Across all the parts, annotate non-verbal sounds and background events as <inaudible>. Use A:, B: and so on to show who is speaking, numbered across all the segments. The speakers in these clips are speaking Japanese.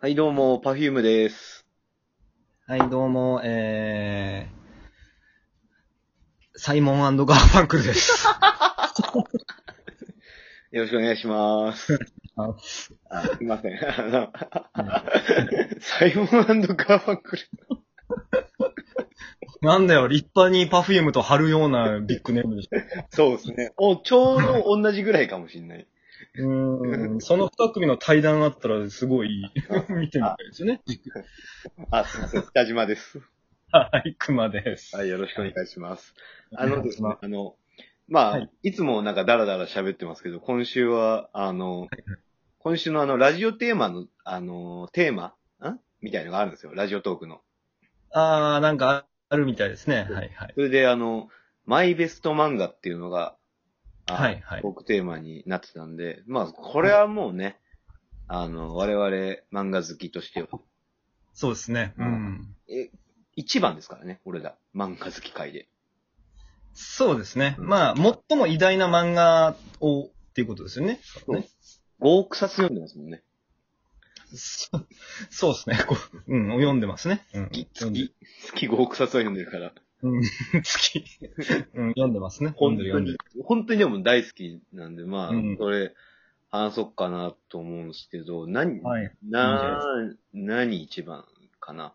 A: はい、どうも、パフュームです。
B: はい、どうも、えー、サイモンガーファンクルです。
A: <laughs> よろしくお願いします。
B: あ
A: あすいません。あの、サイモンガーファンクル。
B: なんだよ、立派にパフュームと貼るようなビッグネームでした。
A: そうですね。お、ちょうど同じぐらいかもしんない。
B: うーん、その二組の対談あったらす
A: <laughs>
B: ごい見てみたいですよね。
A: あ、すいません。北島です。
B: はい、熊です。
A: はい、よろしくお願いします。あのですね
B: は、
A: あの、まあ、、
B: はい
A: つもなんかダラダラ喋ってますけど、今週は、あの、今週のあの、ラジオテーマの、あの、テーマんみたいのがあるんですよ。ラジオトークの。
B: あー、なんかあるみたいですね。はい、はい。
A: それで、あの、マイベスト漫画っていうのが、あ
B: はい、はい
A: ト。ークテーマになってたんで、まあ、これはもうね、あの、我々漫画好きとしては、
B: そうですね。う。
A: うんえ、一番ですからね、俺ら。漫画好き界で。
B: そうですね。
A: うん
B: まあ、最も偉大な漫画を、っていうことです
A: <laughs>
B: よね。
A: そう5億冊読んでますもんね。
B: そそうですね。こううん、読んでますね。うん、
A: 月、
B: 読んで
A: 月、月5億冊は読んでるから。
B: うん、好き。うん、読んでますね。読
A: 本
B: ん
A: 当
B: でる読んで
A: に
B: る。、
A: 本当にでも大好きなんで、まあ、
B: うん
A: それ、話そうかなと思うんですけど、何、
B: はい。
A: な、何一番かな。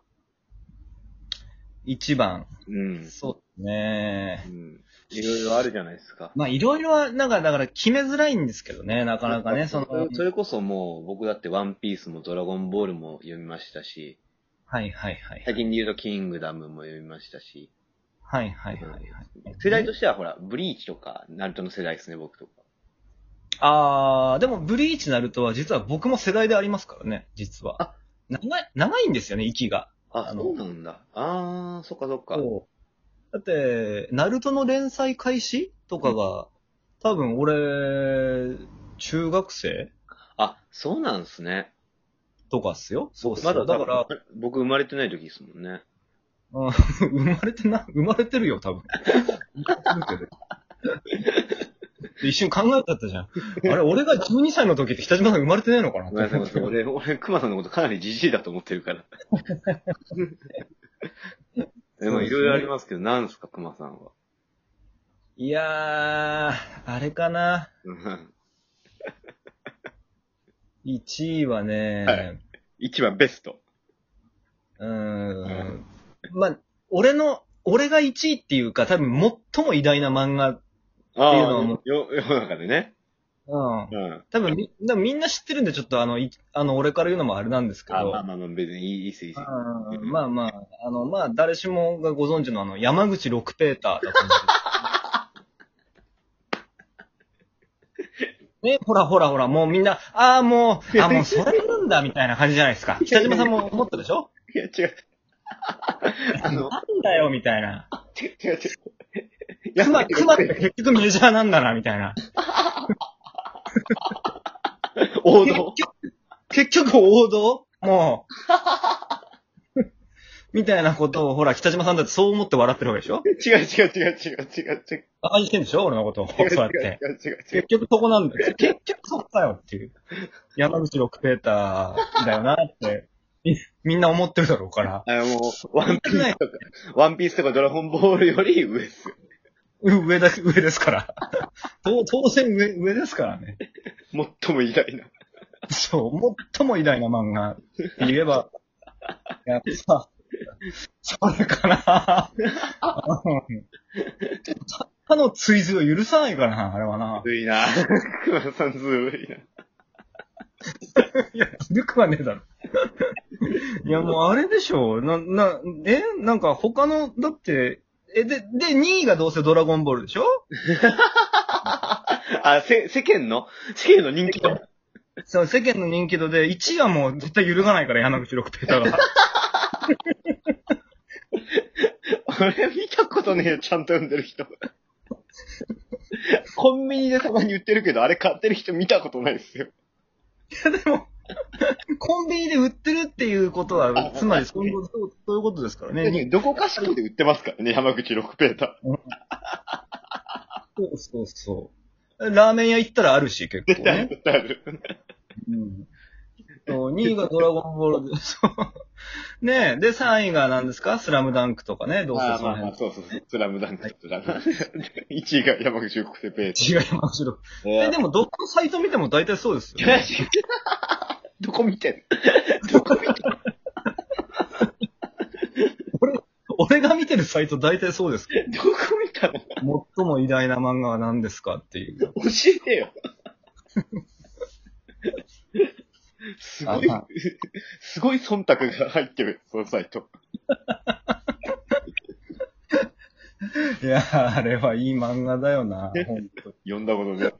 B: 一番。
A: うん。
B: そうね
A: う。ん。いろいろあるじゃないですか。
B: まあ、いろいろは、なんか、だから決めづらいんですけどね、なかなかね、その、
A: れそれこそもう、僕だってワンピースもドラゴンボールも読みましたし、
B: はいはいはい。
A: 最近で言うとキングダムも読みましたし、
B: はいはいはいはい。
A: 世代としてはほら、ブリーチとか、ナルトの世代ですね、僕とか。
B: あー、でも、ブリーチなるとは、実は僕も世代でありますからね、実は。
A: あ
B: 長い、長いんですよね、息が。
A: あ、
B: あの
A: そうなんだ。あー、そっかそっか。
B: そうだって、ナルトの連載開始とかが、多分俺、中学生
A: あ、そうなんですね。
B: とかっすよ。そうっす
A: ま
B: よ
A: だ、
B: だから、、
A: 僕生まれてない時ですもんね。
B: うん <laughs> 生まれてな、生まれてるよ、多分。一瞬考えちゃったじゃん。あれ、俺が12歳の時って北島さん生まれてないのかな
A: ごめんなさいごめんなさい、俺、
B: <laughs>
A: 俺、熊さんのことかなりじじいだと思ってるから。でも、いろいろありますけど、なんですか、熊さんは。
B: いやー、あれかな。
A: うん
B: 1位はね、
A: はい一番ベスト。
B: うーん。まあ、俺の、俺が1位っていうか、多分最も偉大な漫画、
A: あ
B: っていうのはもう
A: あ、よ世の中でね。
B: うん。
A: うん。
B: 多分み、多分みんな知ってるんで、ちょっとあの、いあの、俺から言うのもあれなんですけど。
A: あまあまあまあ、別にいいいいっす、いいっす。
B: うんまあまあ、あの、まあ、誰しもがご存知のあの、山口六ペーターだと思うんです。ね、ほらほらほら、もうみんな、ああ、もう、あーもうそれなんだ、みたいな感じじゃないですか。北島さんも思ったでしょ
A: いや、違う。 <laughs> あの、
B: なんだよ、みたいな。
A: 違う違う違う。 <laughs>
B: 熊、熊って結局メジャーなんだな、みたいな。
A: 王
B: 結
A: 道
B: 局。、結局王道
A: <laughs>
B: もう。みたいなことを、ほら、北島さんだってそう思って笑ってるわけでしょ
A: 違う <laughs> 違う違う違う違う違う。
B: 馬鹿にしてんでしょ俺のことを。そ
A: 違
B: う
A: う違
B: やっ
A: う
B: て。
A: 違う違う違う。
B: 結局そこなんだよ。結局そこだよっていう。山口六ペーターだよなって、みみんな思ってるだろうから。
A: あの、もう、ワンピースとか、ワンピースとかドラゴンボールより上っすよ。
B: う上だ、上ですから。当当然上、上ですからね。
A: 最も偉大な。 <laughs>
B: そう、最も偉大な漫画って言えば、やっぱ、それかな。うんた他の追随を許さないからな、あれはな。
A: ずるいな。熊さんずるいな。
B: いや、ずるくはねえだろ。 <laughs> いや、もうあれでしょ。な、な、えなんか他の、だって、え、で、で、2位がどうせドラゴンボールでしょ
A: あ、せ、世間の世間の人気の。
B: そう、世間の人気度で、1位はもう絶対揺るがないから、柳口六ペーター <laughs> が。
A: 俺見たことねえよ、ちゃんと読んでる
B: <laughs>
A: 人。コンビニでたまに売ってるけど、あれ買ってる人見たことないですよ。
B: でも、コンビニで売ってるっていうことは、つまりそういうこと、そういうことですからね。
A: どこかしらで売ってますからね、山口六ペータ
B: そうそうそう。ラーメン屋行ったらあるし、結構
A: ー。
B: ね。
A: 絶対ある。
B: うんそう、2位がドラゴンボールで、 <laughs> そう。ねえ、で、3位が何ですかスラムダンクとかね、どうせ
A: ああ、
B: その
A: まあまあ、
B: 辺。
A: そうそうそう。スラムダンクとラム <laughs> ダンク。1位が山口国際ペー
B: 違いますよ。
A: ジ。
B: え、でも、どこのサイト見ても大体そうですよ、ね。 <laughs>
A: <laughs> どこ見てん
B: 俺が見てるサイト大体そうです。
A: のどこ見たの
B: 最も偉大な漫画は何ですかっていう。
A: 教えてよ。すごい
B: ああ、
A: すごい忖度が入ってる、そのサイト。
B: いやー、あれはいい漫画だよな。ほんと
A: 読んだことない。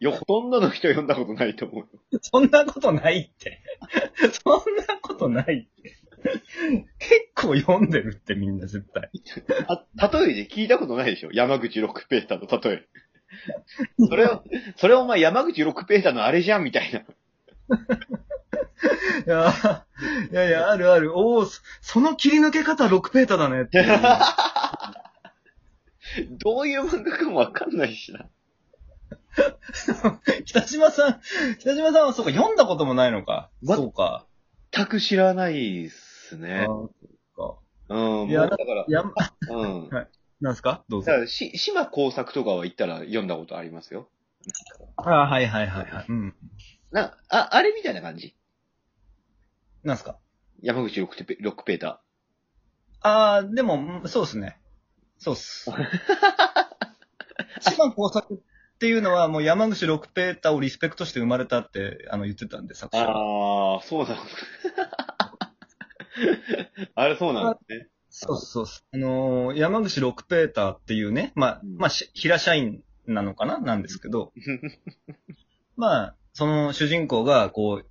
A: いや、ほとんどの人読んだことないと思うよ。
B: そんなこと <laughs> ないって。 <laughs> そんなことないって。 <laughs> 結構読んでるってみんな絶対。
A: あ、例えで聞いたことないでしょ山口六ペーターの例え。それを、それをお前山口六ペーターのあれじゃんみたいな。
B: いやーいやいや、あるある。おおその切り抜け方6ペータだねっていう。
A: どういう漫画かもわかんないしな。
B: 北島さん、北島さんはそうか、読んだこともないのか。
A: ま
B: そうか。
A: 全く知らないっす
B: あ
A: ね
B: ー。そ
A: うん、もう
B: いや
A: だから
B: うか。、やん、あ
A: うん。
B: なんすかどうぞ
A: だ。から、し、島工作とかは行ったら読んだことありますよ。
B: あーはいはいはいはい。うん。
A: な、あ、あれみたいな感じ
B: なんすか
A: 山口六ペ六ペータ
B: あーでも、そうっすね。そうっ
A: <laughs>
B: す。島工作っていうのはもう山口六ペータをリスペクトして生まれたって、あの、言ってたんで、作
A: ー。
B: 者は。
A: ああ、そうなんだ。 <laughs> あれそうなんですね。
B: そうっすそうっす。あのー山口六ペータっていうね、まあ、
A: うん
B: まあ、し平社員なのかななんです
A: <laughs>
B: けど、まあ、その主人公が、こう、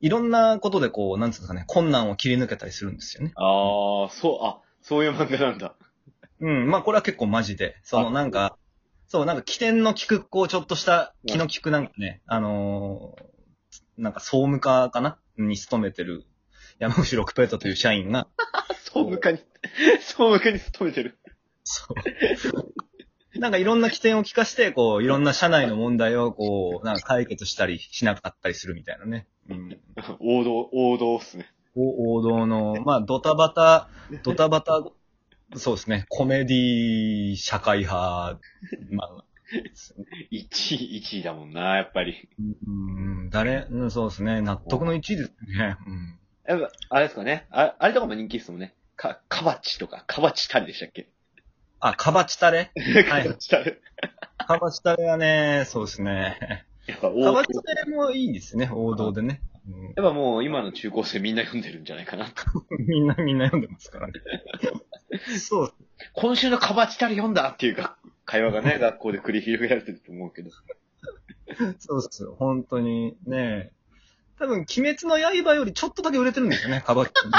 B: いろんなことでこう、なんつうんですかね、困難を切り抜けたりするんですよね。
A: ああ、そう、あ、そういう漫画なんだ。
B: うん、まあこれは結構マジで、そ
A: あ
B: のなんか、そう、なんか起点の効く、こう、ちょっとした気の利くなんかね、あのーなんか総務課かなに勤めてる山口六ペータという社員が、
A: <laughs>
B: <laughs>
A: 総務課に、 <laughs> 総務課に勤めてる。
B: そう。なんかいろんな起点を聞かして、こう、いろんな社内の問題を、こう、なんか解決したりしなかったりするみたいなね。うん。
A: 王道、王道っすね。
B: お王道の、まあ、ドタバタ、ドタバタ、そうですね、コメディ社会派、まあ、
A: 1位、1位だもんな、やっぱり。
B: うん、誰、うんそうですね、納得の1位ですね。う
A: や
B: ん。
A: っぱ、あれですかね。ああれとかも人気っすもんね。か、かばっちとか、かばっちたりでしたっけ
B: あ、カバチ
A: <laughs>
B: タレ
A: か
B: い
A: ばっちたり。
B: カバチタレはね、そうですね。
A: <laughs> やっぱ王
B: カ
A: 道
B: バチ。タレもいいですね、王道でね。うん
A: やっぱもう今の中高生みんな読んでるんじゃないかな。
B: みんな、みんな読んでますからね。そう
A: 今週のカバチタリ読んだっていうか会話が <laughs> ね、学校で繰り広げられてると思うけど。
B: そうっすよ。本当にね。多分、鬼滅の刃よりちょっとだけ売れてるんですよね、カバッキね。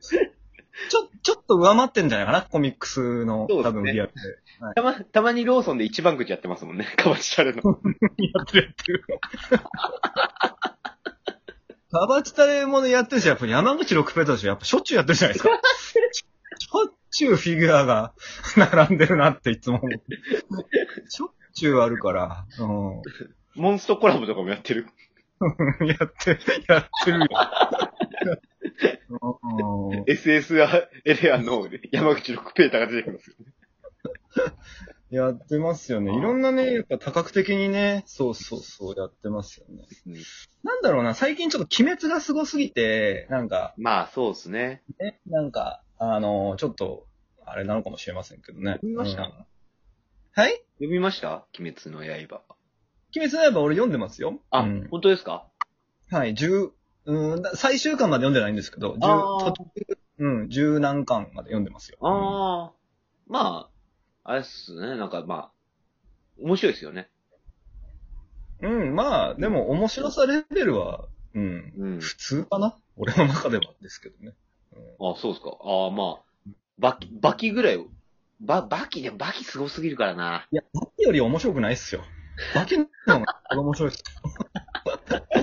B: ちょ、ちょっと上回ってんじゃないかな、コミックスの、
A: そうっすね
B: 多分売り上げで。
A: たま、たまにローソンで一番口やってますもんね、カバチタリ <laughs> の。
B: やってるやってる。カバチタレもね、やってるし、やっぱ山口六ペーターでしょ、やっぱしょっちゅうやってるじゃないですか。しょっちゅうフィギュアが並んでるなっていつも思う。しょっちゅうあるから、う
A: モンストコラボとかもやってる。
B: ん。 <laughs> やって、やってるよ。うん
A: SSR エレアの山口六ペーターが出てくるんですよ。
B: やってますよね。いろんなね、やっぱ多角的にね、そうそうそう、やってますよね。なんだろうな、最近ちょっと鬼滅がすごすぎて、なんか、
A: まあ、そうですね。
B: ね、なんか、あの、ちょっと、あれなのかもしれませんけどね。
A: 見ました
B: うんはい
A: 読みました鬼滅の刃。
B: 鬼滅の刃俺読んでますよ。
A: あ、
B: うん
A: 本当ですか
B: はい、十、うん、だ最終巻まで読んでないんですけど、十、
A: あー
B: 途中、うん、十何巻まで読んでますよ。
A: ああ、まあ、あれっすね、なんかまあ、面白いですよね。
B: うん、うん、まあ、でも面白さレベルは、うん、
A: うん。
B: 普通かな俺の中ではですけどね。
A: あ、そうですか。ああ、まあ、バキ、バキぐらいを。バ、バキ、でもバキすごすぎるからな。
B: いや、バキより面白くないっすよ。バキの方が面白いっす。い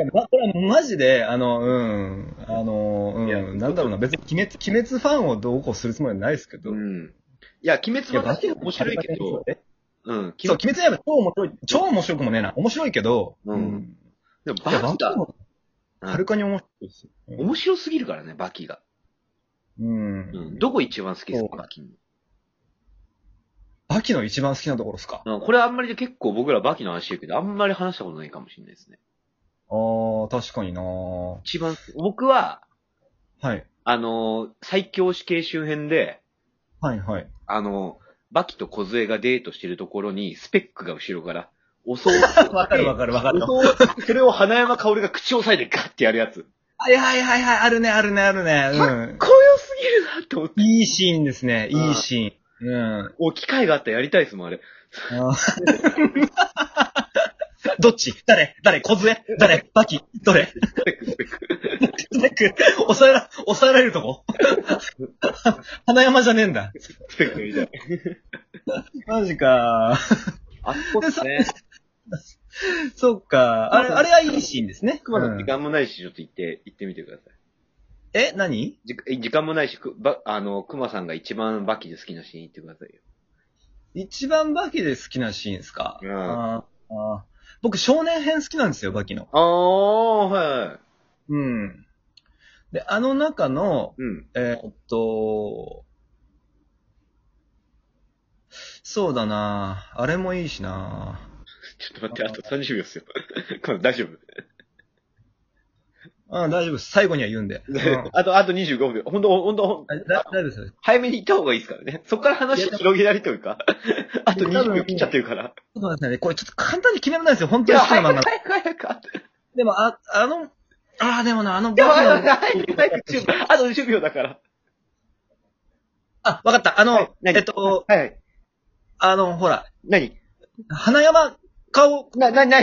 B: や、ま、これはマジで、あの、うん、あの、
A: いや
B: うん、なんだろうな、別に鬼滅、鬼滅ファンをどうこうするつもりはないですけど。
A: うん。いや、鬼滅
B: いや、
A: の
B: バ
A: 話
B: キ
A: 面白いけど、
B: え
A: うん。
B: そう、鬼滅の刃超面白い、超面白くもねえな。面白いけど、
A: うん
B: うん。
A: でも
B: いや、
A: バ
B: ワン
A: キ
B: ピース
A: が、
B: もはるかに面白いですよ。
A: うん面白すぎるからね、バキが。
B: うん。
A: うん。どこ一番好きですか、バキの。
B: バキの一番好きなところですか。
A: うんこれあんまりで結構僕らバキの話してるけど、あんまり話したことないかもしれないですね。
B: あー、確かになー
A: 一番、僕は、
B: はい。
A: あのー最強死刑周辺で、
B: はい、はい。
A: あのーバキと小杖がデートしてるところに、スペックが後ろから、襲う。
B: <laughs> わかるわかるわかる
A: 襲うそれを花山香織が口を押さえてガッてやるやつ。
B: はいはいはいはい、あるね、あるね、あるね。
A: こよすぎるなって思って。
B: うん。いいシーンですね、
A: うん
B: いいシーン。うん。
A: お、機会があったらやりたいですもん、あれ。
B: あーどっち誰誰小杖誰バキどれ
A: スペック、スペック。
B: なんか、抑えら、抑えられるとこ花山じゃねえんだ。
A: スペックみ
B: <laughs>
A: たい。
B: マジか。
A: あそこですね。
B: そっか。あれ、あれはいいシーンですね。
A: 熊さん時
B: うん
A: 間もないし、ちょっと行って、行ってみてください。
B: え、何
A: じ時間もないし、くば、あの、熊さんが一番バキで好きなシーン行ってくださいよ。
B: 一番バキで好きなシーンですか、
A: うん
B: あーあー僕、少年編好きなんですよ、バキの。
A: ああ、はいはい。
B: うん。で、あの中の、
A: うん。
B: えーっと、そうだなあれもいいしな
A: ちょっと待って、あと30秒っすよ。 <laughs> 熊さん大丈夫。
B: あ大丈夫です。最後には言う
A: <laughs>
B: んで。うん、だ
A: あと、あと25秒。ほんと、ほんと、ほんと
B: だ大丈夫です。
A: 早めに行った方がいいですからね。そこから話を広げられというか。 <laughs> あと20秒切っちゃってるから。
B: そうなんですね。これちょっと簡単に決められないですよ。本
A: い
B: 当に
A: や、
B: 好きな
A: 早く
B: 漫画。
A: 早く早く。
B: でも、あ、あの、ああ、でもな、あの、
A: いや、
B: バキ
A: 早く
B: の、
A: 早く早く10秒。あと20秒だから。
B: あ、わかった。あの、
A: はい何
B: えっと、
A: はいはい。
B: あの、ほら、
A: 何
B: 花山顔、
A: な、な、な、